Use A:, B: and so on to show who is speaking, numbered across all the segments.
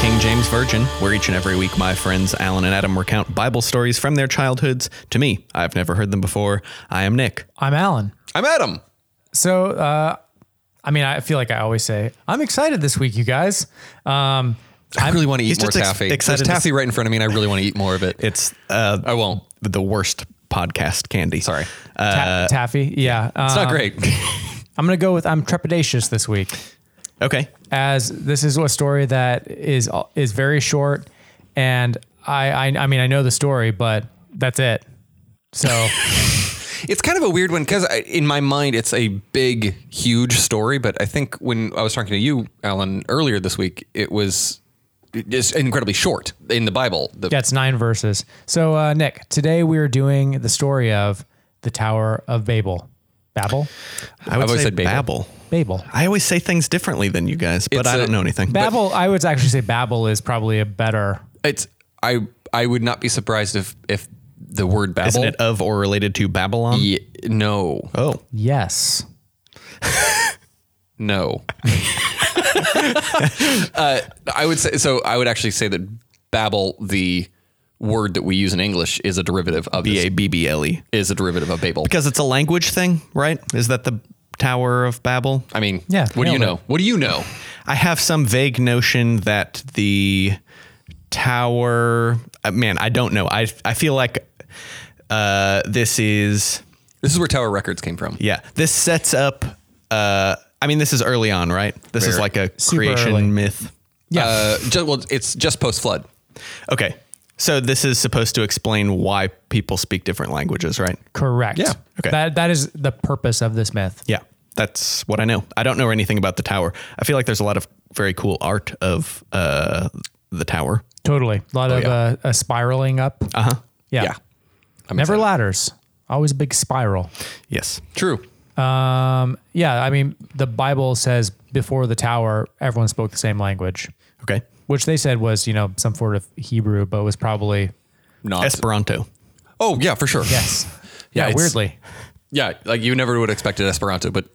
A: King James Virgin, where each and every week my friends Alan and Adam recount Bible stories from their childhoods to me. I've never heard them before. I am Nick.
B: I'm Alan.
A: I'm Adam.
B: So, uh, I mean, I feel like I always say, I'm excited this week, you guys. Um,
C: I really want to
A: He's
C: eat more
A: just ex-
C: taffy.
A: excited
C: There's
A: to
C: taffy right in front of me, and I really want to eat more of it.
A: It's uh,
C: I won't.
A: the worst podcast candy.
C: Oh, Sorry,
B: ta- Taffy. Yeah.
C: Uh,
B: Um,
C: it's
A: Um,
C: not great.
B: I'm going to go with I'm trepidatious this week.
A: Okay.
B: as this is a story that is is very short, and I I, I mean I know the story, but that's it. So
C: it's kind of a weird one because in my mind, it's a big, huge story. But I think when I was talking to you, Alan, earlier this week, it was just incredibly short in the Bible. The,
B: that's nine verses. So uh, Nick, today we are doing the story of the Tower of Babel, Babel,
A: I would
C: always
A: say
C: said Babel.
A: Babel.
B: Babel,
A: I always say things differently than you guys, but
C: It's
A: I
C: a-
A: don't know anything.
B: Babel. I would actually say Babel is probably a better.
C: It's I I would not be surprised if if the word Babel.
A: Isn't it of or related to Babylon?
C: Yeah, no,
A: Oh,
B: Yes.
C: no. uh, I would say so. I would actually say that Babel, the word that we use in English, is a derivative of
A: B
C: this
A: A B B L E.
C: is a derivative of Babel.
A: Because it's a language thing, right? Is that the Tower of Babel?
C: I mean,
B: Yeah,
C: What do you
B: nailed
C: know? What do you know?
A: I have some vague notion that the tower. uh, man, I don't know. I I feel like uh, this is
C: This is where Tower Records came from.
A: yeah. This sets up. Uh, I mean, this is early on, right? This is
C: Very-
A: like a
B: super
A: creation
B: early.
A: myth.
B: Yeah.
C: Uh, ju- well, it's just post flood.
A: Okay, so this is supposed to explain why people speak different languages, right?
B: correct.
C: yeah,
A: okay.
B: That that is the purpose of this myth.
A: Yeah, that's what I know. I don't know anything about the tower. I feel like there's a lot of very cool art of uh, the tower. Uh-huh.
B: Totally. A lot of
C: Oh, yeah.
B: uh, a spiraling up. Uh huh.
C: Yeah,
B: yeah.
C: I'm
B: Never
C: excited.
B: ladders. Always a big spiral.
A: Yes.
C: True.
B: Um, yeah, I mean, the Bible says before the tower, everyone spoke the same language,
A: Okay.
B: which they said was, you know, some sort of Hebrew, but was probably
C: Not.
A: Esperanto.
C: oh yeah, for sure.
B: yes.
C: Yeah,
B: Yeah,
C: it's-
B: weirdly.
C: Yeah, like you never would have expected Esperanto, but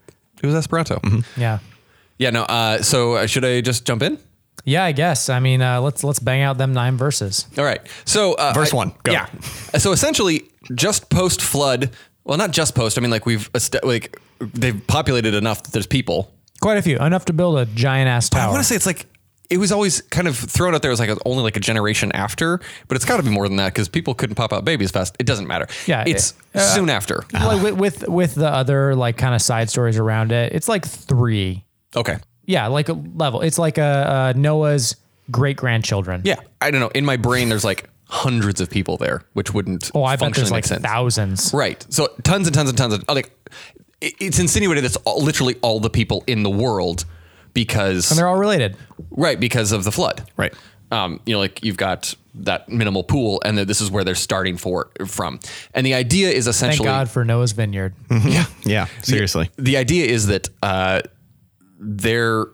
C: it was Esperanto.
B: Yeah.
C: Yeah. No. Uh, so uh, should I just jump in?
B: Yeah, I guess. I mean, uh, let's let's bang out them nine verses.
C: All right. So uh,
A: Verse
C: I-
A: one, go.
C: Yeah. So essentially, just post flood. Well, not just post. I mean, like we've est- like they've populated enough that there's people.
B: Quite a few, enough to build a giant ass
C: I
B: tower.
C: want to say it's like it was always kind of thrown out there as like only like a generation after, but it's got to be more than that because people couldn't pop out babies fast. It doesn't matter.
B: Yeah,
C: It's
B: it- uh,
C: soon after.
B: like with, with with the other like kind of side stories around it, it's like three.
C: Okay.
B: Yeah, like a level. It's like a, uh Noah's great grandchildren.
C: Yeah. I don't know. In my brain, there's like hundreds of people there, which wouldn't.
B: Oh, I bet there's
C: functionally make
B: like
C: sense.
B: thousands.
C: Right. So tons and tons and tons of like it- it's insinuated it's all, literally all the people in the world because
B: They're all related.
C: right because of the flood.
A: Right.
C: Um, you know, like you've got that minimal pool, and that this is where they're starting for from. And the idea is
B: Thank
C: essentially
B: God for Noah's Vineyard.
C: yeah.
A: Yeah. Seriously.
C: The idea is that uh, they're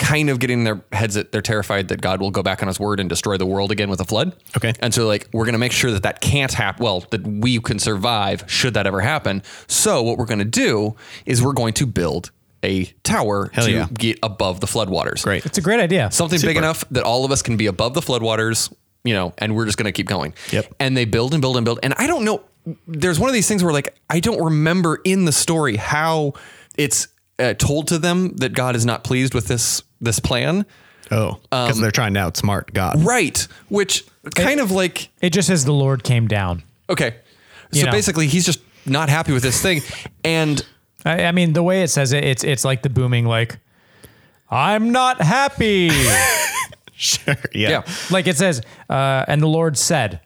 C: kind of getting their heads that they're terrified that God will go back on his word and destroy the world again with a flood.
A: Okay.
C: And so like we're going to make sure that that can't happen. Well, that we can survive should that ever happen. So what we're going to do is we're going to build a tower to
A: yeah.
C: get above the floodwaters.
A: Great.
B: It's a great idea.
C: Something big enough that all of us can be above the floodwaters, you know, and we're just going to keep going.
A: Yep.
C: And they build and build and build. And I don't know. There's one of these things where, like, I don't remember in the story how it's uh, told to them that God is not pleased with this this plan,
A: Oh, because they're trying to outsmart God.
C: Um, right? Which kind of like
B: it just says the Lord came down.
C: okay,
B: You
C: so
B: know.
C: basically he's just not happy with this thing, and
B: I, I mean, the way it says it, it's it's like the booming like, I'm not happy.
A: Sure. Yeah.
C: yeah,
B: like it says, uh, and the Lord said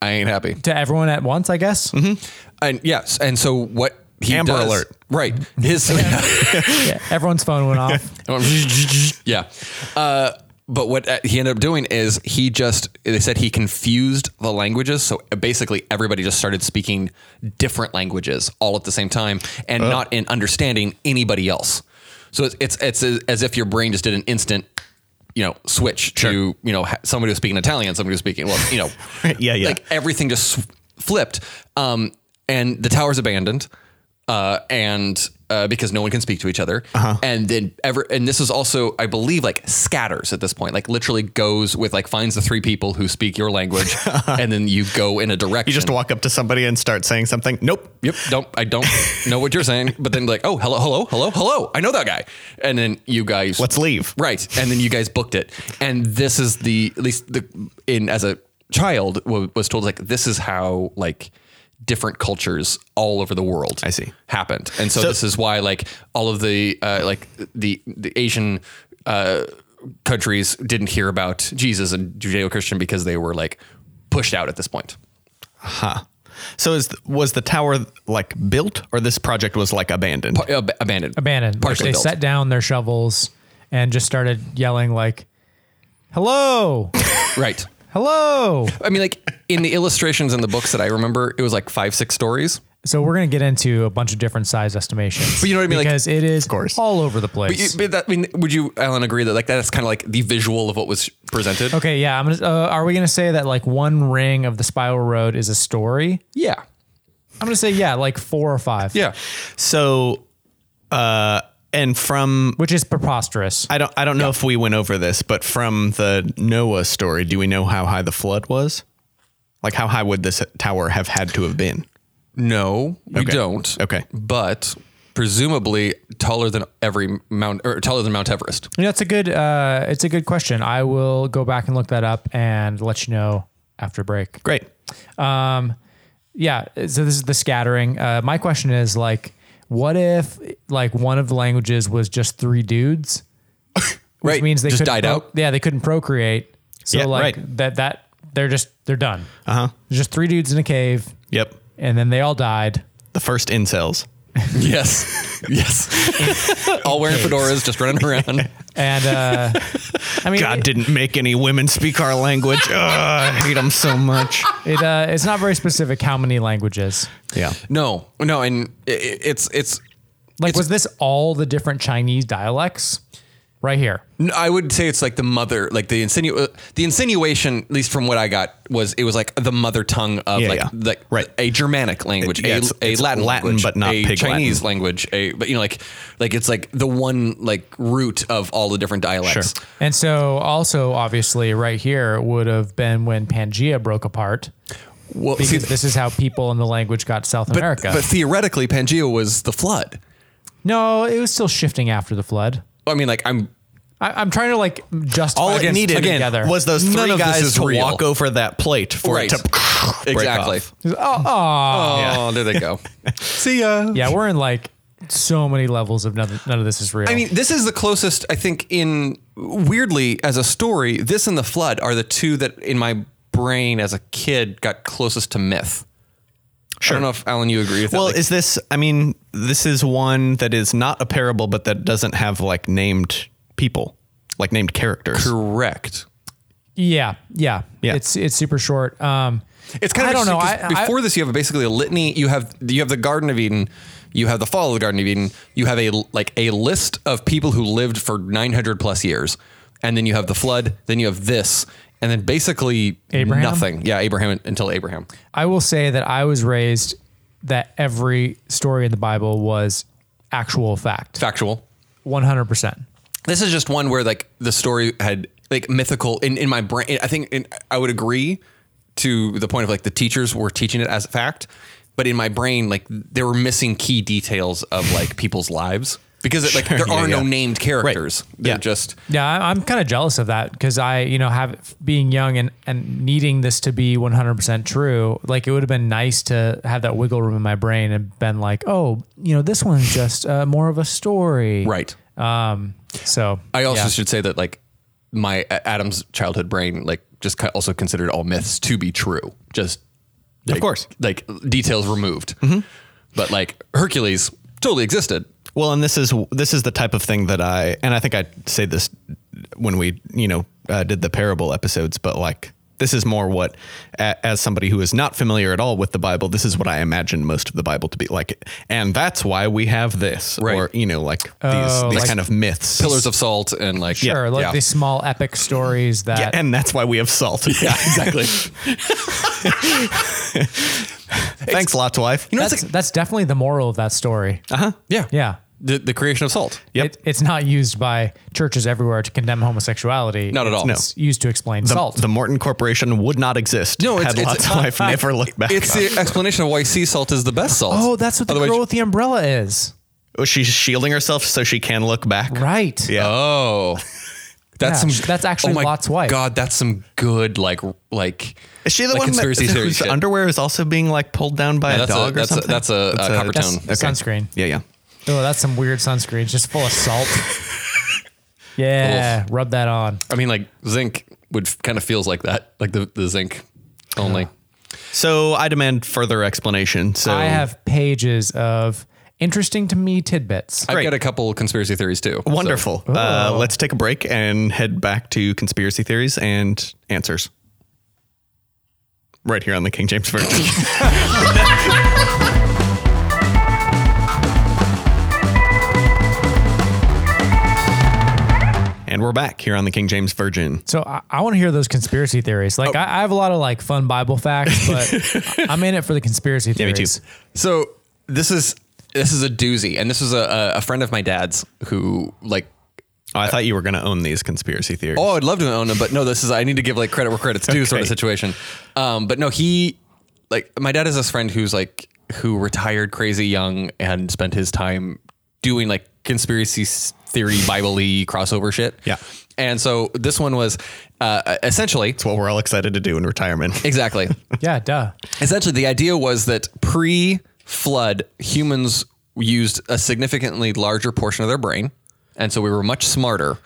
C: I ain't happy.
B: to everyone at once. I guess
C: Mm-hmm. And yes, and so what he
A: Amber
C: does-
A: alert.
C: right? His
B: Yeah, everyone's phone went off.
C: yeah. Uh, but what uh, he ended up doing is he just, they said he confused the languages. So basically, everybody just started speaking different languages all at the same time and
A: Oh.
C: not in understanding anybody else. So it's, it's, it's as- as if your brain just did an instant, you know, switch to, you know, ha- somebody was speaking Italian, somebody was speaking, well, you know,
A: Yeah. Yeah.
C: like everything just sw- flipped. Um, and the tower's abandoned. Uh, and uh, because no one can speak to each other.
A: Uh-huh.
C: And then ever, and this is also, I believe, like scatters at this point, like literally goes with like finds the three people who speak your language, and then you go in a direction.
A: You just walk up to somebody and start saying something. Nope.
C: Yep. Don't I don't know what you're saying, but then like, oh, hello, hello, hello, hello. I know that guy. And then you guys
A: Let's leave.
C: Right. And then you guys booked it. And this is the at least the in as a child wa- was told like this is how like different cultures all over the world
A: I see.
C: happened. And so, this is why like all of the uh, like the the Asian uh, countries didn't hear about Jesus and Judeo-Christian because they were like pushed out at this point.
A: So is was the tower like built or this project was like abandoned?
C: Ab- abandoned.
B: abandoned. Like
C: Partially
B: they
C: built.
B: set down their shovels and just started yelling like, "Hello,
C: Right.
B: hello!"
C: I mean, like in the illustrations in the books that I remember, it was like five, six stories.
B: So we're gonna get into a bunch of different size estimations.
C: But you know what I mean? Like-
B: Because it is
A: course.
B: all over the place.
C: You- But that, I mean, would you, Alan, agree that like that's kind of like the visual of what was presented?
B: okay, yeah. I'm gonna, uh, are we gonna say that like one ring of the spiral road is a story?
C: Yeah.
B: I'm gonna say yeah, like four or five.
C: Yeah.
A: So uh and from
B: which is preposterous.
A: I don't I don't know if we went over this, but from the Noah story, do we know how high the flood was? Like how high would this tower have had to have been?
C: No, we
A: Okay.
C: don't.
A: Okay.
C: But presumably taller than every mount or taller than Mount Everest.
B: You know, it's a good uh, it's a good question. I will go back and look that up and let you know after break.
A: Great.
B: Um, Yeah, so this is the scattering. Uh, my question is like, what if like one of the languages was just three dudes, which
C: Right.
B: means they
C: Just
B: couldn't
C: died
B: pro-
C: out.
B: Yeah, they couldn't procreate. So
A: Yeah,
B: like
A: right.
B: that that they're just they're done.
C: Uh-huh.
B: Uh huh. Just three dudes in a cave,
A: Yep.
B: and then they all died.
A: The first incels.
C: Yes. yes. All wearing fedoras, just running around.
B: And uh, I mean,
A: God
B: it,
A: didn't make any women speak our language. Ugh, I hate them so much.
B: it, uh, it's not very specific how many languages.
A: Yeah.
C: No, no. And i- i it's, it's,
B: Like, was this all the different Chinese dialects? Right here.
C: No, I would say it's like the mother, like the insinu- uh, the insinuation, at least from what I got, was it was like the mother tongue of
A: Yeah,
C: like
A: yeah.
C: like
A: Right.
C: a Germanic language,
A: It- yeah,
C: a,
A: it's-
C: a
A: it's
C: Latin,
A: Latin,
C: language,
A: but not
C: a
A: pig
C: Chinese
A: Latin.
C: language, a but you know like like it's like the one like root of all the different dialects.
A: Sure.
B: And so, also, obviously, right here would have been when Pangea broke apart
C: Well, see,
B: because this is how people in the language got South
C: but,
B: America.
C: but theoretically, Pangea was the flood.
B: no, it was still shifting after the flood.
C: I mean, like I'm
B: I, I'm trying to like justify
A: All
B: this
A: it needed
B: again,
C: again,
B: together.
A: was those
C: None
A: three
C: of this
A: guys
C: is
A: to
C: real.
A: walk over that plate for
C: right.
A: it to break
C: exactly.
A: off.
B: oh, aw.
C: Oh, there they go. see ya.
B: yeah, we're in like so many levels of none, none of this is real.
C: I mean, this is the closest I think in weirdly as a story. This and the flood are the two that in my brain as a kid got closest to myth. I don't know if Alan, you agree with
A: Well,
C: that. Like,
A: is this? I mean, this is one that is not a parable, but that doesn't have like named people, like named characters.
C: correct.
B: yeah, yeah,
A: Yeah.
B: It's it's super short. Um,
C: It's kind of
B: I don't know.
C: interesting
B: I,
C: 'cause
B: I-
C: before this, you have basically a litany. You have you have the Garden of Eden. You have the fall of the Garden of Eden. You have a like a list of people who lived for 900 plus years, and then you have the flood. Then you have this, and then basically
B: Abraham?
C: nothing. Yeah, Abraham until Abraham.
B: I will say that I was raised that every story in the Bible was actual fact,
C: Factual.
B: one hundred percent.
C: this is just one where like the story had like mythical in, in my brain i think in, i would agree to the point of like the teachers were teaching it as a fact but in my brain like they were missing key details of like people's lives because like there
A: yeah,
C: are no
A: yeah.
C: named characters they're
A: Yeah.
C: just
B: Yeah, I, I'm kind of jealous of that because I, you know, have being young and and needing this to be 100 percent true. Like it would have been nice to have that wiggle room in my brain and been like, oh, you know, this one's just uh, more of a story,
C: right
B: So
C: i also
B: yeah.
C: should say that like my A- adam's childhood brain like just ki- also considered all myths to be true just
A: Of
C: like-
A: course. Mm-hmm.
C: like details removed but like hercules totally existed
A: Well, and this is this is the type of thing that I and I think I say this when we you know uh, did the parable episodes, but like this is more what a, as somebody who is not familiar at all with the Bible, this is what I imagine most of the Bible to be like, and that's why we have this,
C: Right.
A: or you know, like these
B: Oh,
A: these
B: like-
A: kind of myths.
C: pillars of salt and like
B: sure, like
C: yeah.
B: these small epic stories that.
A: yeah, and that's why we have salt.
C: Yeah, exactly.
A: Thanks, lots wife.
C: you know, it's
B: that's,
C: like,
B: that's definitely the moral of that story.
C: yeah.
B: Yeah.
C: the, the creation of salt.
A: Yep.
B: It, it's not used by churches everywhere to condemn homosexuality.
C: Not at all. No.
B: It's used to explain
A: The,
B: salt.
A: the Morton Corporation would not exist.
C: No, it's-
A: had
C: it's-
A: lots of life never looked back.
C: It's
A: on.
C: the explanation of why sea salt is the best salt.
B: oh, that's what the
C: Otherwise-
B: girl with the umbrella is.
A: Oh, she's shielding herself so she can look back.
B: Right.
A: Yeah.
C: Oh, that's
B: Yeah,
C: some.
B: that's actually
C: oh my
B: Lot's wife.
C: God, that's some good like like.
A: Is she the
C: like
A: one that,
C: conspiracy theory
A: whose
C: shit.
A: underwear is also being like pulled down by a
C: that's a-
A: dog or
C: that's a-
A: something?
C: that's a, uh, copper
A: that's-
C: tone.
B: Sunscreen.
A: Yeah, yeah.
B: Oh, that's some weird sunscreen. It's just full of salt. yeah. Rub that on.
C: I mean, like zinc would kind of feels like that, like the the zinc only.
A: So I demand further explanation. So
B: I have pages of interesting to me tidbits.
C: I've
A: Great.
C: got a couple conspiracy theories too. so-
A: wonderful.
B: oh.
A: Uh, let's take a break and head back to conspiracy theories and answers. Right here on the King James Version. and we're back here on the King James Virgin.
B: So I, I want to hear those conspiracy theories. Like
A: Oh.
B: I, I have a lot of like fun Bible facts, but I'm in it for the conspiracy
A: me
B: theories.
A: too.
C: So this is this is a doozy, and this was a a friend of my dad's who like.
A: Oh, I thought you were going to own these conspiracy theories.
C: Oh, I'd love to own him, but no, this is I need to give like credit where credit's due sort of
A: Okay.
C: situation. Um, but no, he like my dad has this friend who's like who retired crazy young and spent his time doing like conspiracy s- theory bible crossover shit.
A: Yeah.
C: And so this one was uh, essentially
A: It's what we're all excited to do in retirement.
C: exactly
B: Yeah, duh.
C: Essentially, the idea was that pre flood, humans used a significantly larger portion of their brain. And so we were much smarter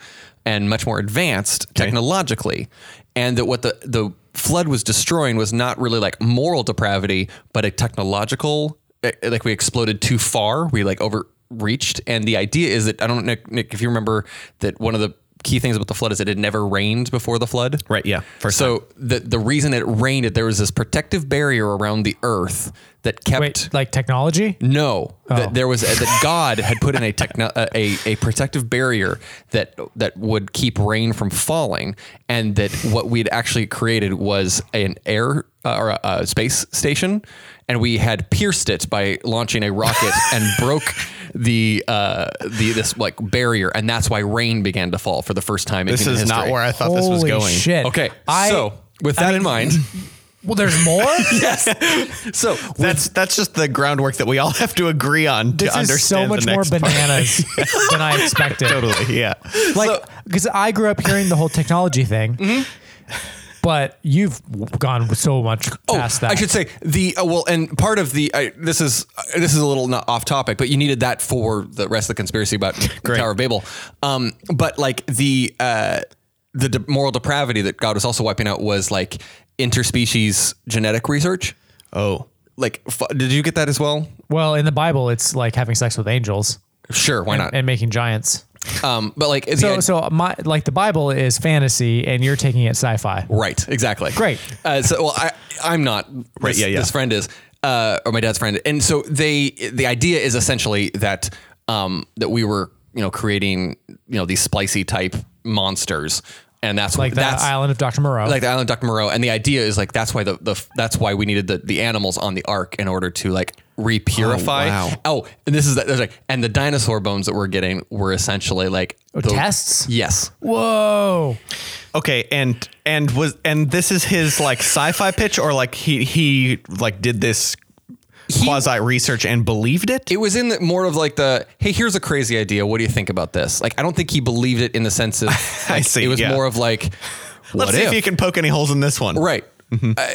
C: and much more advanced technologically. And that what the, the flood was destroying was not really like moral depravity, but a technological, eh, like we exploded too far. We like overreached. And the idea is that, I don't know, Nick, Nick, if you remember that one of the key things about the flood is it had never rained before the flood.
A: Right, yeah, first
C: so the the reason it rained, there was this protective barrier around the earth that kept.
B: Wait, like technology?
C: No,
B: Oh.
C: that there was that God had put in a techno, a, a a protective barrier that that would keep rain from falling, and that what we had actually created was an air uh, or a, a space station, and we had pierced it by launching a rocket and broke the uh the this like barrier, and that's why rain began to fall for the first time. In
A: This
C: human
A: is not
C: history.
A: where I thought this was
B: Holy
A: going.
B: shit.
C: Okay,
B: I,
C: so with that in mind,
B: well, there's more.
C: yes. So
A: That's that's just the groundwork that we all have to agree on to
B: this
A: understand
B: is so much
A: the
B: more
A: next part.
B: bananas than I expected.
A: Totally, yeah.
B: Like, because I grew up hearing the whole technology thing, but you've gone so much past that.
C: Mm-hmm. Oh, I should say the uh, well, and part of the I, this is uh, this is a little not off topic, but you needed that for the rest of the conspiracy about the Tower of Babel. Um, but like the uh, the de- moral depravity that God was also wiping out was like interspecies genetic research.
A: Oh,
C: Like, f- did you get that as well?
B: well, in the Bible, it's like having sex with angels
C: Sure, why not?
B: and making giants.
C: um, but like, the
B: So,
C: idea-
B: so my like the Bible is fantasy, and you're taking it sci-fi.
C: Right. Exactly.
B: Great.
C: Uh, so, well, I, I'm not.
A: Right,
C: This,
A: yeah, yeah.
C: This friend is, uh, or my dad's friend, and so they. The idea is essentially that um, that we were, you know, creating, you know, these splicey type monsters, and that's
B: Like the
C: that's
B: island of Dr. Moreau.
C: like the island of Dr. Moreau. And the idea is like that's why the, the that's why we needed the, the animals on the ark in order to like repurify.
A: Oh, wow.
C: oh and this is that. There's like and the dinosaur bones that we're getting were essentially like the-
B: Oh, tests?
C: Yes.
B: Whoa.
A: okay. And and was and this is his like sci-fi pitch, or like he he like did this quasi research and believed it.
C: it was in the, more of like the hey here's a crazy idea what do you think about this like i don't think he believed it in the sense of
A: I
C: like,
A: see,
C: it was
A: yeah.
C: more of like what
A: Let's see if you can Mm-hmm. poke any holes in this one.
C: right Uh,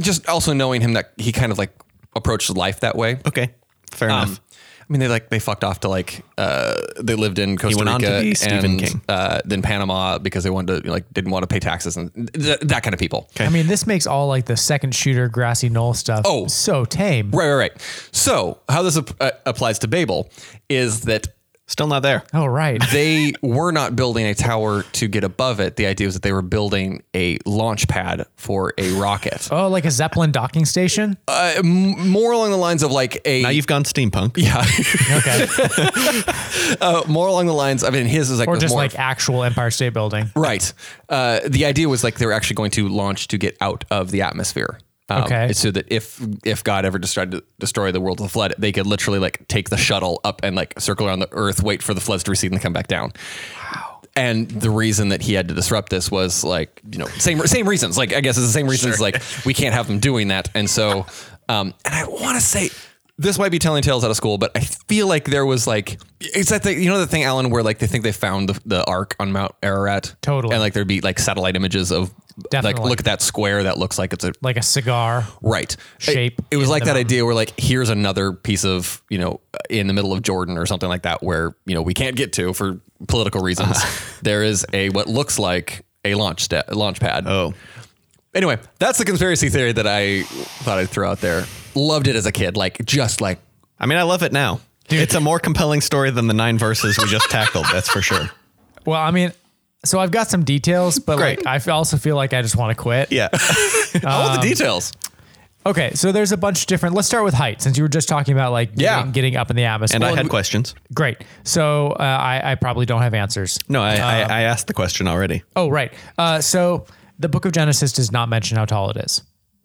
C: just also knowing him that he kind of like approached life that way
A: Okay. Fair
C: Um,
A: enough.
C: I mean, they like they fucked off to like uh, they lived in Costa
A: went on to
C: Rica
A: be Stephen
C: and
A: King.
C: Uh, then Panama because they wanted to like didn't want to pay taxes and th- that kind of people.
B: I mean, this makes all like the second shooter grassy knoll stuff
C: Oh.
B: so tame.
C: Right, right, right. So how this ap- uh, applies to Babel is that
A: Still not there.
B: Oh, right.
C: they were not building a tower to get above it. The idea was that they were building a launch pad for a rocket.
B: Oh, like a Zeppelin docking station?
C: Uh, m- more along the lines of like a
A: Now you've gone steampunk.
C: yeah,
B: Okay.
C: uh, more along the lines. I mean, his is like
B: or
C: was
B: just
C: more
B: like actual Empire State Building.
C: right. Uh, the idea was like they were actually going to launch to get out of the atmosphere. Um,
B: Okay.
C: So that if if God ever decided to destroy the world with a flood, they could literally like take the shuttle up and like circle around the Earth, wait for the floods to recede and then come back down. Wow. And the reason that he had to disrupt this was like you know same same reasons. Like I guess it's the same reasons. Like we can't have them doing that. And so, um, and I want to say this might be telling tales out of school, but I feel like there was like it's that thing, you know the thing Alan where like they think they found the, the Ark on Mount Ararat
B: Totally.
C: and like there'd be like satellite images of like
B: Definitely.
C: look at that square that looks like it's a
B: like a cigar.
C: Right.
B: shape
C: It, it was
B: in
C: like
B: the
C: that
B: mountain.
C: idea where like here's another piece of, you know, in the middle of Jordan or something like that where, you know, we can't get to for political reasons.
B: Uh-huh.
C: there is a what looks like a launch sta- launch pad.
A: Oh,
C: Anyway, that's the conspiracy theory that I thought I'd throw out there. Loved it as a kid, like just like
A: I mean, I love it now. It's a more compelling story than the nine verses we just tackled. That's for sure.
B: Well, I mean, so I've got some details, but
A: Great.
B: like I f- also feel like I just want to quit.
A: Yeah.
C: all
B: Um,
C: the details.
B: Okay, so there's a bunch of different. Let's start with height, since you were just talking about like
C: Yeah.
B: getting, getting up in the atmosphere.
A: And I
B: Well,
A: had questions.
B: great. So uh, I, I probably don't have answers.
A: No, I, I, I asked the question already.
B: Oh, right. Uh, so the Book of Genesis does not mention how tall it is.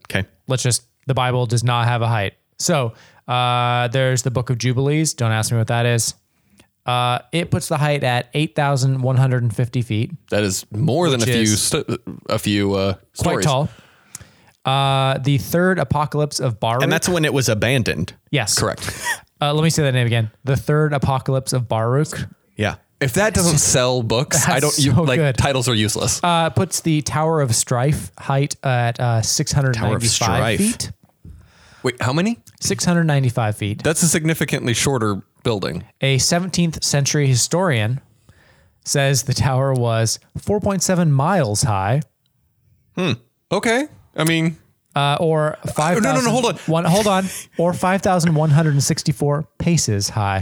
A: Okay.
B: let's just the Bible does not have a height. So uh, there's the Book of Jubilees. Don't ask me what that is. Uh, it puts the height at eight thousand one hundred and fifty feet.
C: That is more than a
B: Which
C: few
B: is
C: st- a few uh
B: Quite
C: stories.
B: tall. Uh, the third apocalypse of Baruch.
A: And that's when it was abandoned.
B: yes,
C: Correct.
B: Uh, let me say that name again. The third apocalypse of Baruch
A: Yeah.
C: If that doesn't sell books, I don't
B: That's
C: you
B: so
C: like
B: good.
C: titles are useless.
B: uh, puts the Tower of Strife height at uh, six hundred ninety-five
A: Strife.
B: feet.
C: Wait, how many?
B: Six hundred ninety-five feet.
C: That's a significantly shorter building.
B: a 17th century historian says the tower was 4.7 miles high
C: Okay. I mean,
B: uh, or 5
C: Oh, no, no, hold on.
B: one, hold on or 5164 paces high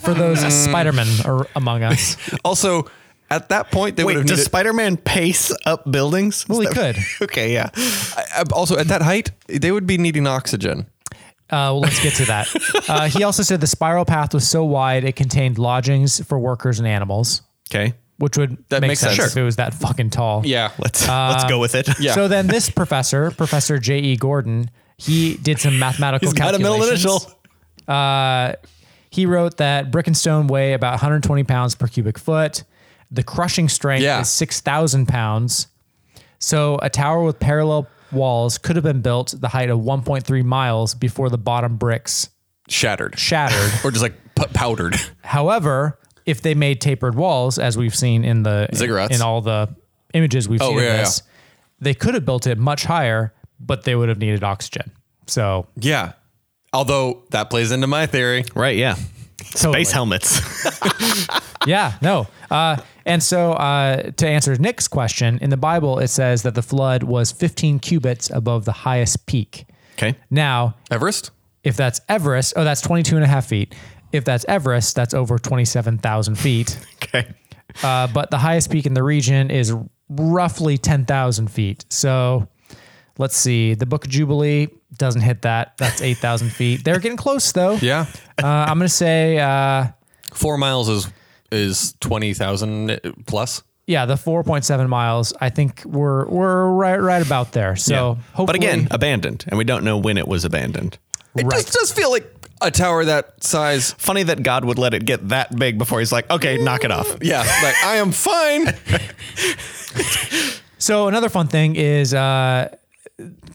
B: for those spider-men ar- among us
C: also at that point they would
A: Wait,
C: have
A: does
C: needed,
A: Spider Man pace up buildings?
B: well he could
A: Okay, yeah.
C: uh, also at that height they would be needing oxygen.
B: uh, well, let's get to that uh, he also said the spiral path was so wide it contained lodgings for workers and animals
A: Okay.
B: which would
C: That
B: make
C: makes
B: sense,
C: sense.
B: if it was that fucking tall
C: Yeah.
A: Let's
B: Uh,
A: let's go with it.
C: Yeah.
B: So then this professor, Professor J.E. Gordon, he did some mathematical
A: He's got a
B: calculations.
A: middle initial.
B: He wrote that brick and stone weigh about 120 pounds per cubic foot. The crushing strength
C: Yeah.
B: is 6,000 pounds. So a tower with parallel walls could have been built the height of 1.3 miles before the bottom bricks
C: Shattered.
B: shattered.
C: Or just like p- powdered.
B: However, if they made tapered walls, as we've seen in the
C: Ziggurats. Oh,
B: in all the images we've seen of
C: yeah, yeah.
B: this, they could have built it much higher, but they would have needed oxygen. So
C: Yeah. Although that plays into my theory.
A: Right, yeah.
B: Totally.
A: Space helmets.
B: Yeah, no. Uh, and so uh, to answer Nick's question, in the Bible, it says that the flood was 15 cubits above the highest peak.
A: Okay.
B: Now,
C: Everest?
B: if that's Everest, oh, that's 22 and a half feet. If that's Everest, that's over 27,000 feet.
A: Okay.
B: Uh, but the highest peak in the region is roughly 10,000 feet. So let's see. The Book of Jubilee doesn't hit that. That's 8,000 feet. They're getting close, though.
C: Yeah.
B: Uh, I'm going to say. Uh,
C: 4 miles is is 20,000 plus.
B: yeah, the 4.7 miles. I think we're we're right right about there. So hopefully,
A: But again, abandoned. And we don't know when it was abandoned.
C: It just does feel like a tower that size.
A: Funny that God would let it get that big before he's like, okay, knock it off.
C: Yeah, like I am fine.
B: so another fun thing is uh,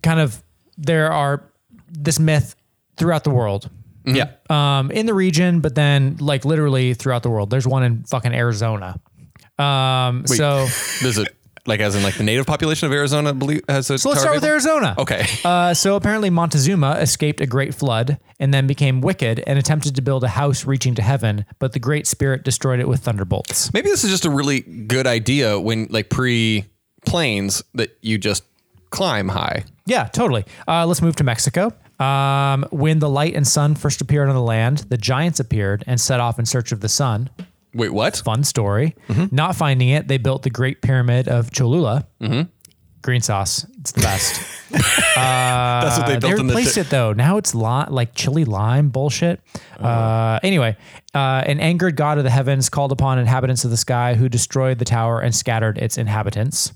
B: kind of there are this myth throughout the world,
A: Yeah.
B: um, in the region, but then like literally throughout the world. There's one in fucking Arizona. Um, so
C: There's a like as in like the native population of Arizona believe has a
B: so let's start with Arizona.
C: Okay.
B: Uh, so apparently Montezuma escaped a great flood and then became wicked and attempted to build a house reaching to heaven, but the Great Spirit destroyed it with thunderbolts.
C: Maybe this is just a really good idea when like pre planes that you just climb high.
B: Yeah, totally. Uh, let's move to Mexico. Um, when the light and sun first appeared on the land, the giants appeared and set off in search of the sun.
C: Wait, what?
B: Fun story. Not finding it, they built the Great Pyramid of Cholula. Green sauce, it's the best.
C: That's what they
B: Uh, they
C: built in the
B: replaced it though. Now it's li- like chili lime bullshit.
C: Oh.
B: Uh, anyway, uh, an angered god of the heavens called upon inhabitants of the sky who destroyed the tower and scattered its inhabitants.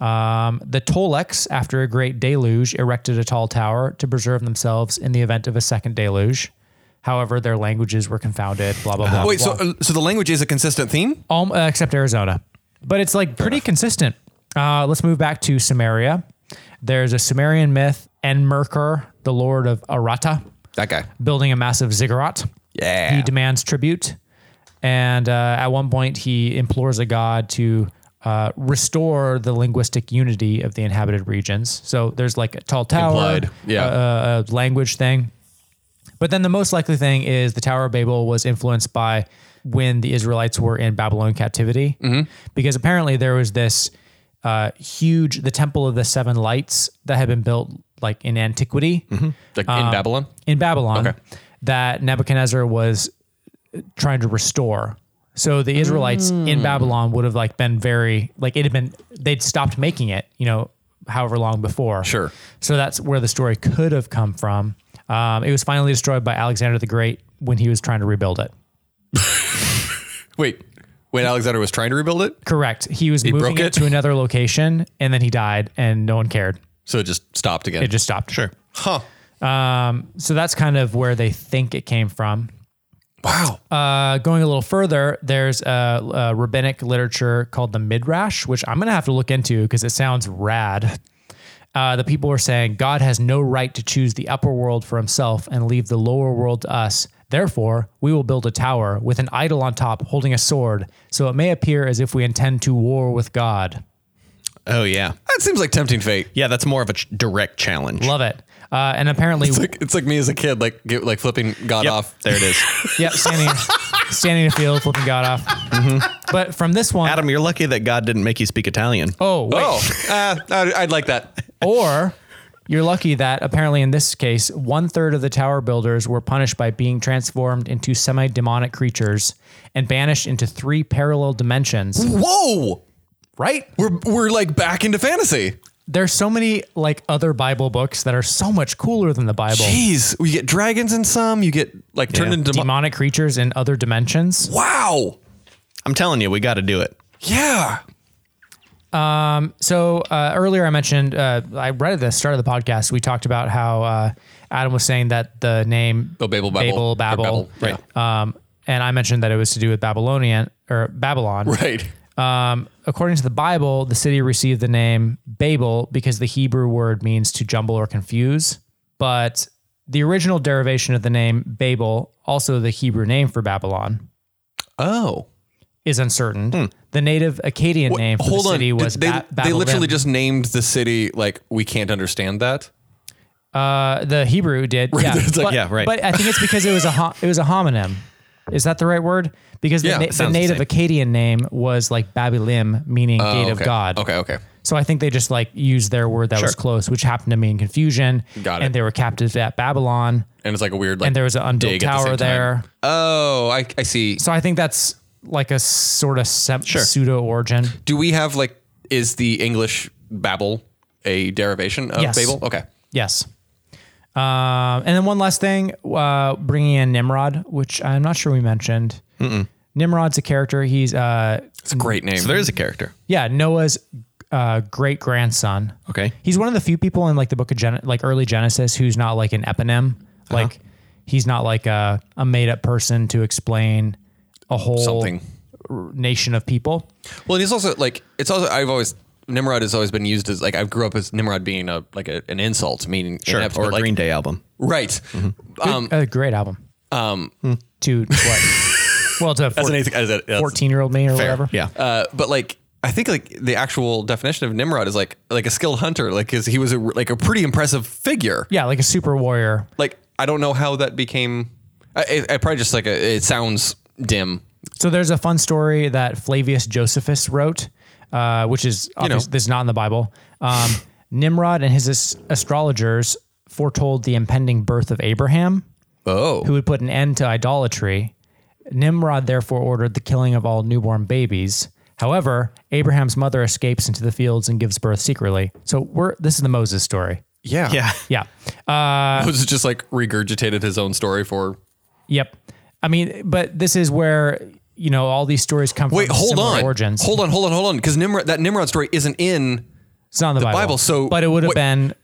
B: Um, the Toltecs, after a great deluge, erected a tall tower to preserve themselves in the event of a second deluge. However, their languages were confounded. Blah blah blah.
C: Wait,
B: blah.
C: so uh, so the language is a consistent theme?
B: All, uh, except Arizona. But it's like pretty consistent. Uh, let's move back to Samaria. There's a Sumerian myth, Enmerkur, the lord of Arata,
C: That guy.
B: building a massive ziggurat.
C: Yeah.
B: He demands tribute. And uh, at one point, he implores a god to uh, restore the linguistic unity of the inhabited regions. So there's like a tall tower, uh,
C: Implied, yeah.
B: a, a language thing. But then the most likely thing is the Tower of Babel was influenced by when the Israelites were in Babylon captivity,
C: Mm-hmm.
B: because apparently there was this uh, huge, the Temple of the Seven Lights that had been built like in antiquity
C: Like in Babylon?
B: in Babylon
C: Okay.
B: that Nebuchadnezzar was trying to restore. So the Israelites
C: Hmm.
B: in Babylon would have like been very like it had been they'd stopped making it, you know, however long before.
C: Sure.
B: So that's where the story could have come from. Um, it was finally destroyed by Alexander the Great when he was trying to rebuild it.
C: Wait. When Alexander was trying to rebuild it,
B: Correct. He was moving
C: broke
B: it
C: it?
B: to another location and then he died and no one cared.
C: so it just stopped again.
B: It just stopped. Sure.
C: huh.
B: So that's kind of where they think it came from.
C: Wow.
B: Uh, going a little further, there's a, a rabbinic literature called the Midrash, which I'm going to have to look into because it sounds rad. Uh, the people are saying God has no right to choose the upper world for himself and leave the lower world to us. Therefore, we will build a tower with an idol on top holding a sword, so it may appear as if we intend to war with God.
A: Oh yeah,
C: that seems like tempting fate.
A: yeah. That's more of a ch- direct challenge.
B: Love it. Uh, and apparently,
C: It's like it's like me as a kid, like get, like flipping God
A: Yep,
C: off.
A: there it is.
B: yep, standing, standing in the field, flipping God off. But from this one,
A: Adam, you're lucky that God didn't make you speak Italian.
B: oh, wait.
C: Oh, uh, I'd, I'd like that.
B: or you're lucky that apparently in this case, one third of the tower builders were punished by being transformed into semi demonic creatures and banished into three parallel dimensions.
C: Whoa,
B: Right?
C: we're we're like back into fantasy.
B: There's so many like other Bible books that are so much cooler than the Bible.
C: Jeez, we get dragons in some. You get like turned
A: Yeah.
C: into demo-
B: Demonic creatures in other dimensions.
C: wow.
A: I'm telling you, we got to do it.
C: Yeah,
B: So uh, earlier I mentioned, uh, I right at the start of the podcast, we talked about how uh, Adam was saying that the name
C: Oh, Babel, Babel.
B: Babel,
C: Or
B: Babel,
C: Babel, right.
B: Um, and I mentioned that it was to do with Babylonian or Babylon.
C: right.
B: Um, according to the Bible, the city received the name Babel because the Hebrew word means to jumble or confuse. But the original derivation of the name Babel, also the Hebrew name for Babylon,
C: Oh,
B: is uncertain. The native Akkadian name for
C: Hmm. hold
B: the
C: on.
B: city
C: Did
B: was
C: they
B: ba-
C: they literally
B: Babalim.
C: just named the city like we can't understand that.
B: uh, the Hebrew did. Yeah,
C: It's like,
B: but,
A: yeah, right.
B: But I think it's because it was a ho- it was a homonym. Is that the right word? Because the,
C: Yeah, it
B: na- the
A: sounds the
B: native
A: same.
B: Akkadian name was like Babylim, meaning gate
C: Oh,
B: of
C: okay.
B: God.
C: Okay, okay.
B: So I think they just like used their word that was
A: Sure.
B: close, which happened to mean confusion.
C: Got it.
B: And they were captives at Babylon,
C: And it's like a weird like
B: and there was an unbuilt
C: dig at the
B: tower
C: same time.
B: there.
C: Oh, I I see.
B: So I think that's like a sort of sem- pseudo origin.
C: Do we have like is the English Babel a derivation of
B: Yes.
C: Babel? Okay.
B: Yes. Um, and then one last thing, uh, bringing in Nimrod, which I'm not sure we mentioned. Nimrod's a character. He's uh,
C: It's a great name.
A: So there is a character.
B: yeah Noah's uh, great grandson.
A: Okay.
B: He's one of the few people in like the book of Gen- like early Genesis who's not like an eponym.
C: Uh-huh.
B: Like he's not like a, a made up person to explain a whole
C: Something.
B: r- nation of people.
C: Well, he's also like it's also I've always Nimrod has always been used as like I grew up as Nimrod being a like a, an insult, meaning
A: Sure.
C: inept,
A: or a
C: but, like,
A: Green Mm-hmm. Day album.
C: right. Um,
B: a great album. Um, to what? well, to
C: as an
B: four,
C: eighth- as a- as-
B: 14 year old me or whatever.
A: Yeah.
C: uh, but like I think like the actual definition of Nimrod is like like a skilled hunter, like 'cause he was a, like a pretty impressive figure.
B: Yeah, like a super warrior.
C: Like I don't know how that became. I, I, I probably just like a, it sounds dim.
B: So there's a fun story that Flavius Josephus wrote, uh, which is obvious,
C: know.
B: this is not in the Bible. Um, Nimrod and his as- astrologers foretold the impending birth of Abraham,
C: Oh,
B: who would put an end to idolatry. Nimrod therefore ordered the killing of all newborn babies. However, Abraham's mother escapes into the fields and gives birth secretly. So we're this is the Moses story.
C: yeah,
A: yeah.
B: Yeah.
C: Moses just like regurgitated his own story for.
B: Yep. I mean, but this is where you know all these stories come
C: Wait,
B: from.
C: hold
B: similar
C: on,
B: Origins.
C: hold on, hold on, hold on, because Nimrod that Nimrod story isn't in
B: It's not in the, Bible.
C: Bible, so
B: but it would have
C: what-
B: been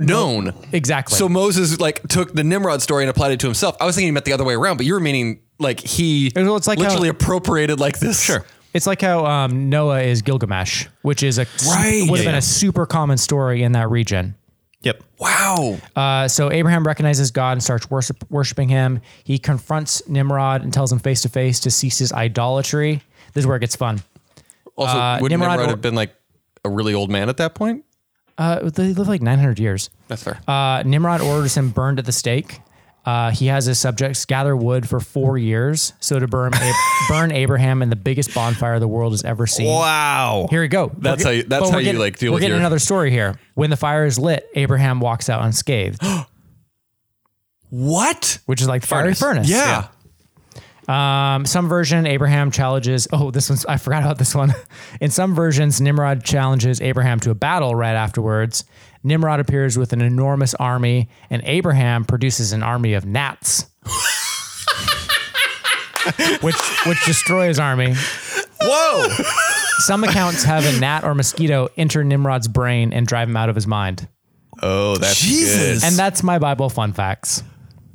C: known.
B: exactly.
C: So Moses like took the Nimrod story and applied it to himself. I was thinking he meant the other way around, but you were meaning like he
B: Well, it's like
C: literally
B: how-
C: appropriated like this. Sure.
B: It's like how um, Noah is Gilgamesh, which is a
C: Right.
B: would have
C: Yeah,
B: been
C: yeah.
B: a super common story in that region.
A: Yep.
C: Wow.
B: Uh, so Abraham recognizes God and starts worship, worshiping him. He confronts Nimrod and tells him face to face to cease his idolatry. This is where it gets fun.
C: Also, would
B: Nimrod
C: Uh, Nimrod,
B: or-
C: have been like a really old man at that point?
B: Uh, they live like 900 years.
C: That's fair.
B: Uh, Nimrod orders him burned at the stake. Uh, he has his subjects gather wood for four years so to burn, Ab- burn Abraham in the biggest bonfire the world has ever seen.
A: Wow.
B: Here we go.
C: That's
B: We're
C: how you-
B: get-
C: that's
B: but
C: how
B: we're
C: you,
B: getting-
C: like, deal
B: We're
C: with
B: getting
C: your-
B: another story here. When the fire is lit, Abraham walks out unscathed,
C: What?
B: which is like the fiery furnace.
C: Yeah.
B: Um, some version, Abraham challenges. Oh, this one's I forgot about this one. In some versions, Nimrod challenges Abraham to a battle right afterwards. Nimrod appears with an enormous army, and Abraham produces an army of gnats, which which destroy his army.
A: Whoa.
B: Some accounts have a gnat or mosquito enter Nimrod's brain and drive him out of his mind.
A: Oh, that's
C: Jesus.
A: Good.
B: And that's my Bible fun facts.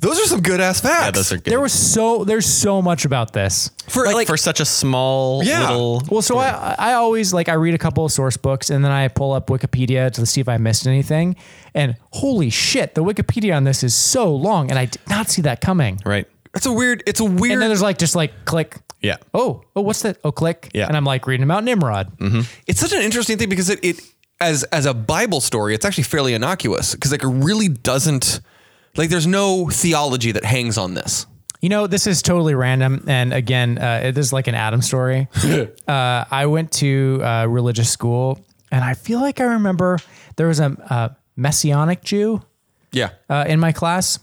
C: Those are some good ass facts.
A: Yeah, those are good.
B: There was so there's so much about this.
C: for like,
A: for such a small
C: Yeah.
A: little.
B: Well, so I I always like I read a couple of source books and then I pull up Wikipedia to see if I missed anything. And holy shit, the Wikipedia on this is so long, and I did not see that coming.
A: Right.
C: it's a weird it's a weird
B: And then there's like just like click.
A: Yeah.
B: Oh, oh, what's that? Oh, click.
A: Yeah.
B: And I'm like reading about Nimrod.
C: it's such an interesting thing because it, it as as a Bible story, it's actually fairly innocuous because like it really doesn't like there's no theology that hangs on this.
B: You know, this is totally random. And again, uh, it is like an Adam story. uh, I went to uh, religious school, and I feel like I remember there was a uh, Messianic Jew
C: Yeah.
B: uh, in my class,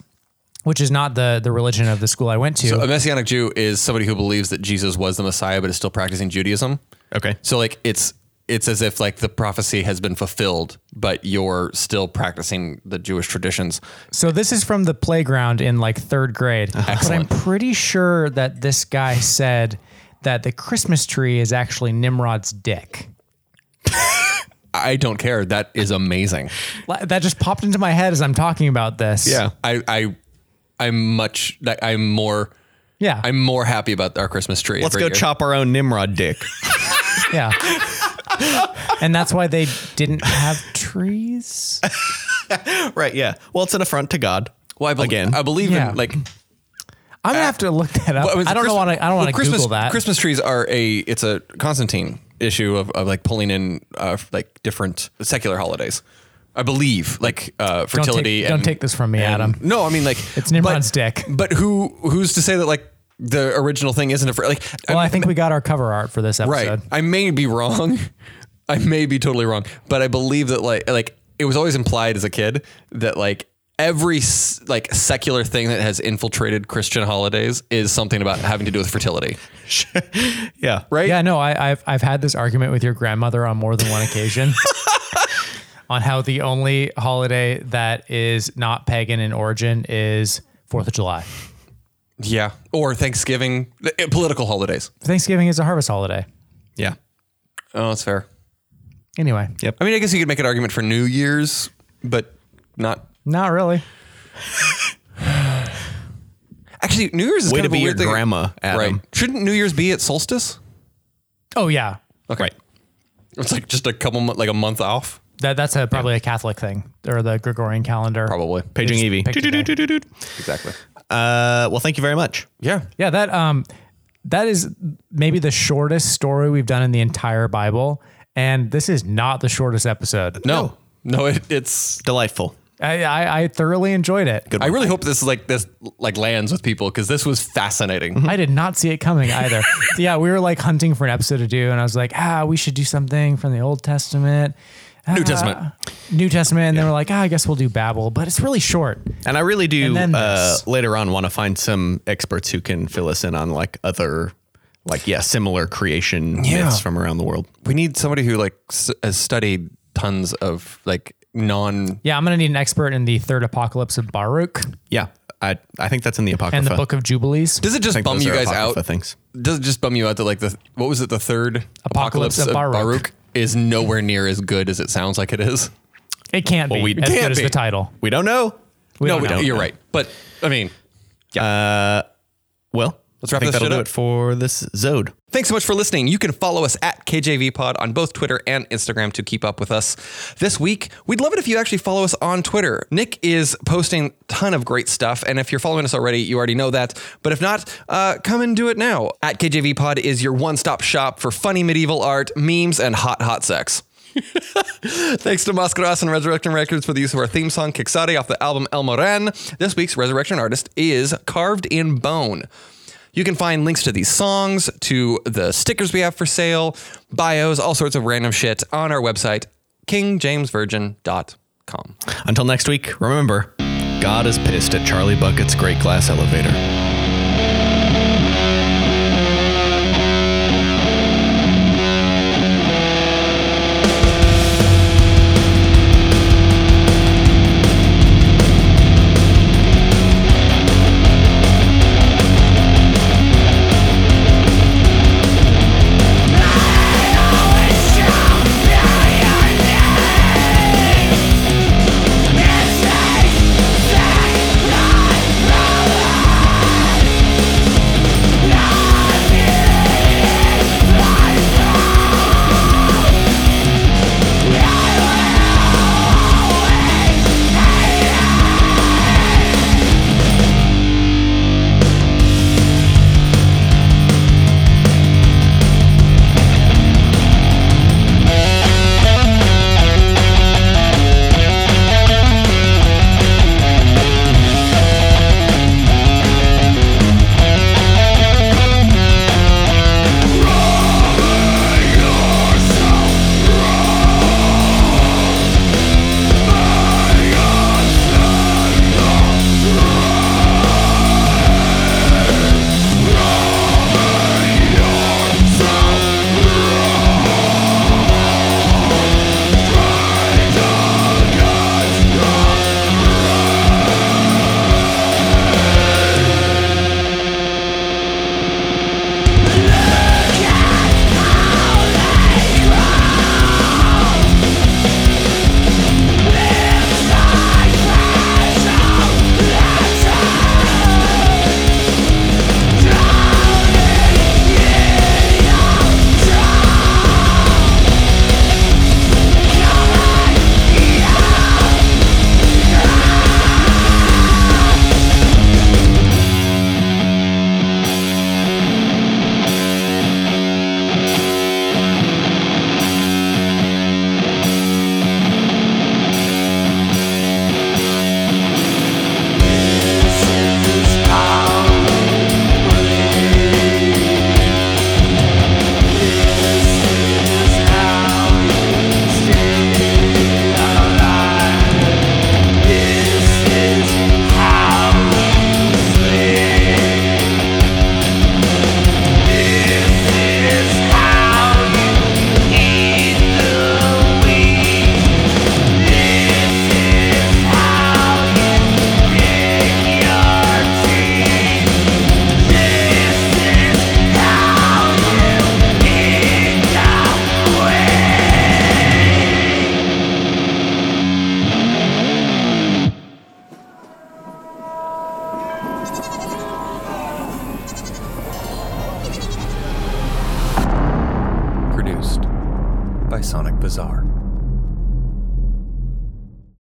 B: which is not the the religion of the school I went to.
C: a messianic Jew is somebody who believes that Jesus was the Messiah but is still practicing Judaism.
A: Okay.
C: So like it's it's as if like the prophecy has been fulfilled, but you're still practicing the Jewish traditions.
B: so this is from the playground in like third grade. But I'm
C: Excellent.
B: pretty sure that this guy said that the Christmas tree is actually Nimrod's dick.
C: I don't care. That is amazing.
B: Li- That just popped into my head as I'm talking about this.
C: I I I'm much like I'm more
B: Yeah.
C: I'm more happy about our Christmas tree.
A: Let's
C: every
A: go
C: year.
A: chop our own Nimrod dick.
B: Yeah. and that's why they didn't have trees.
A: right. Yeah. Well, it's an affront to God.
C: Well, I bel-
A: Again.
C: I believe
B: Yeah.
C: in like
B: I'm gonna have to look that up.
C: Well,
B: I don't
C: Christmas-
B: know want to. I don't
C: well,
B: want to
C: Christmas,
B: Google that.
C: Christmas trees are a it's a Constantine issue of, of like pulling in uh, like different secular holidays. I believe like uh, fertility.
B: don't
C: and-
B: take this from me,
C: and-
B: Adam.
C: No, I mean like
B: It's Nimrod's
C: but,
B: dick.
C: But who who's to say that like the original thing isn't a fer- like
B: well,
C: I'm-
B: I think we got our cover art for this
C: right.
B: episode.
C: I may be wrong. I may be totally wrong, but I believe that like like it was always implied as a kid that like every s- like secular thing that has infiltrated Christian holidays is something about having to do with fertility.
A: yeah.
C: Right?
B: Yeah, no, I, I've I've had this argument with your grandmother on more than one occasion. on how the only holiday that is not pagan in origin is Fourth of July.
C: Yeah. Or Thanksgiving, th- eh, political holidays.
B: Thanksgiving is a harvest holiday.
A: Yeah.
C: Oh, that's fair.
B: Anyway.
A: Yep.
C: I mean, I guess you could make an argument for New Year's, but not.
B: Not really.
C: Actually, New Year's is
A: Way
C: kind
A: to
C: of
A: be
C: a
A: your
C: weird thing.
A: grandma, Adam.
C: Right. Shouldn't New Year's be at solstice?
B: Oh yeah.
C: Okay.
A: Right.
C: It's like just a couple, mo- like a month off,
B: That that's a probably a Catholic thing. Or the Gregorian calendar.
C: probably.
A: Paging Evie.
B: pick a day.
A: Do-do-do-do-do-do.
C: Exactly.
A: Uh, well, thank you very much.
C: Yeah.
B: Yeah, that um that is maybe the shortest story we've done in the entire Bible. And this is not the shortest episode.
C: No. No, it, it's.
A: Delightful.
B: I, I, I thoroughly enjoyed it.
C: I really hope this is like this like lands with people because this was fascinating.
B: I did not see it coming either. So, yeah, we were like hunting for an episode to do, and I was like, ah, we should do something from the Old Testament,
C: New
B: Ah,
C: Testament.
B: New Testament. And then we're like, ah, I guess we'll do Babel, but it's really short.
A: And I really do
B: And then
A: uh,
B: this.
A: later on want to find some experts who can fill us in on like other, like, yeah, similar creation myths from around the world.
C: We need somebody who like s- has studied tons of like non.
B: Yeah, I'm gonna need an expert in the third apocalypse of Baruch
A: Yeah. I, I think that's in the Apocrypha.
B: and the Book of Jubilees.
C: Does it just
A: I think
C: bum
A: those
C: you
A: are
C: guys
A: Apocrypha
C: out?
A: Things.
C: does it just bum you out that like the what was it the third
B: Apocalypse of Baruch.
C: Baruch is nowhere near as good as it sounds like it is.
B: It can't be
A: we-
B: as
A: can't
B: good as
A: be.
B: the title.
A: We don't know.
B: We
C: no,
B: don't
C: we
B: know.
C: don't, you're right. But I mean,
A: Uh, Well,
C: Let's wrap
A: I think
C: this
A: that'll
C: shit
A: do
C: up.
A: it for this Zode.
C: Thanks so much for listening. You can follow us at KJV Pod on both Twitter and Instagram to keep up with us. This week, we'd love it if you actually follow us on Twitter. Nick is posting ton of great stuff, and if you're following us already, you already know that. But if not, uh, come and do it now. At KJV Pod is your one-stop shop for funny medieval art, memes, and hot hot sex. Thanks to Mascaras and Resurrection Records for the use of our theme song Quixote off the album El Moran. This week's Resurrection artist is Carved in Bone. You can find links to these songs, to the stickers we have for sale, bios, all sorts of random shit on our website, kingjamesvirgin.com.
A: Until next week, remember, God is pissed at Charlie Bucket's great glass elevator.
C: Produced by Sonic Bazaar.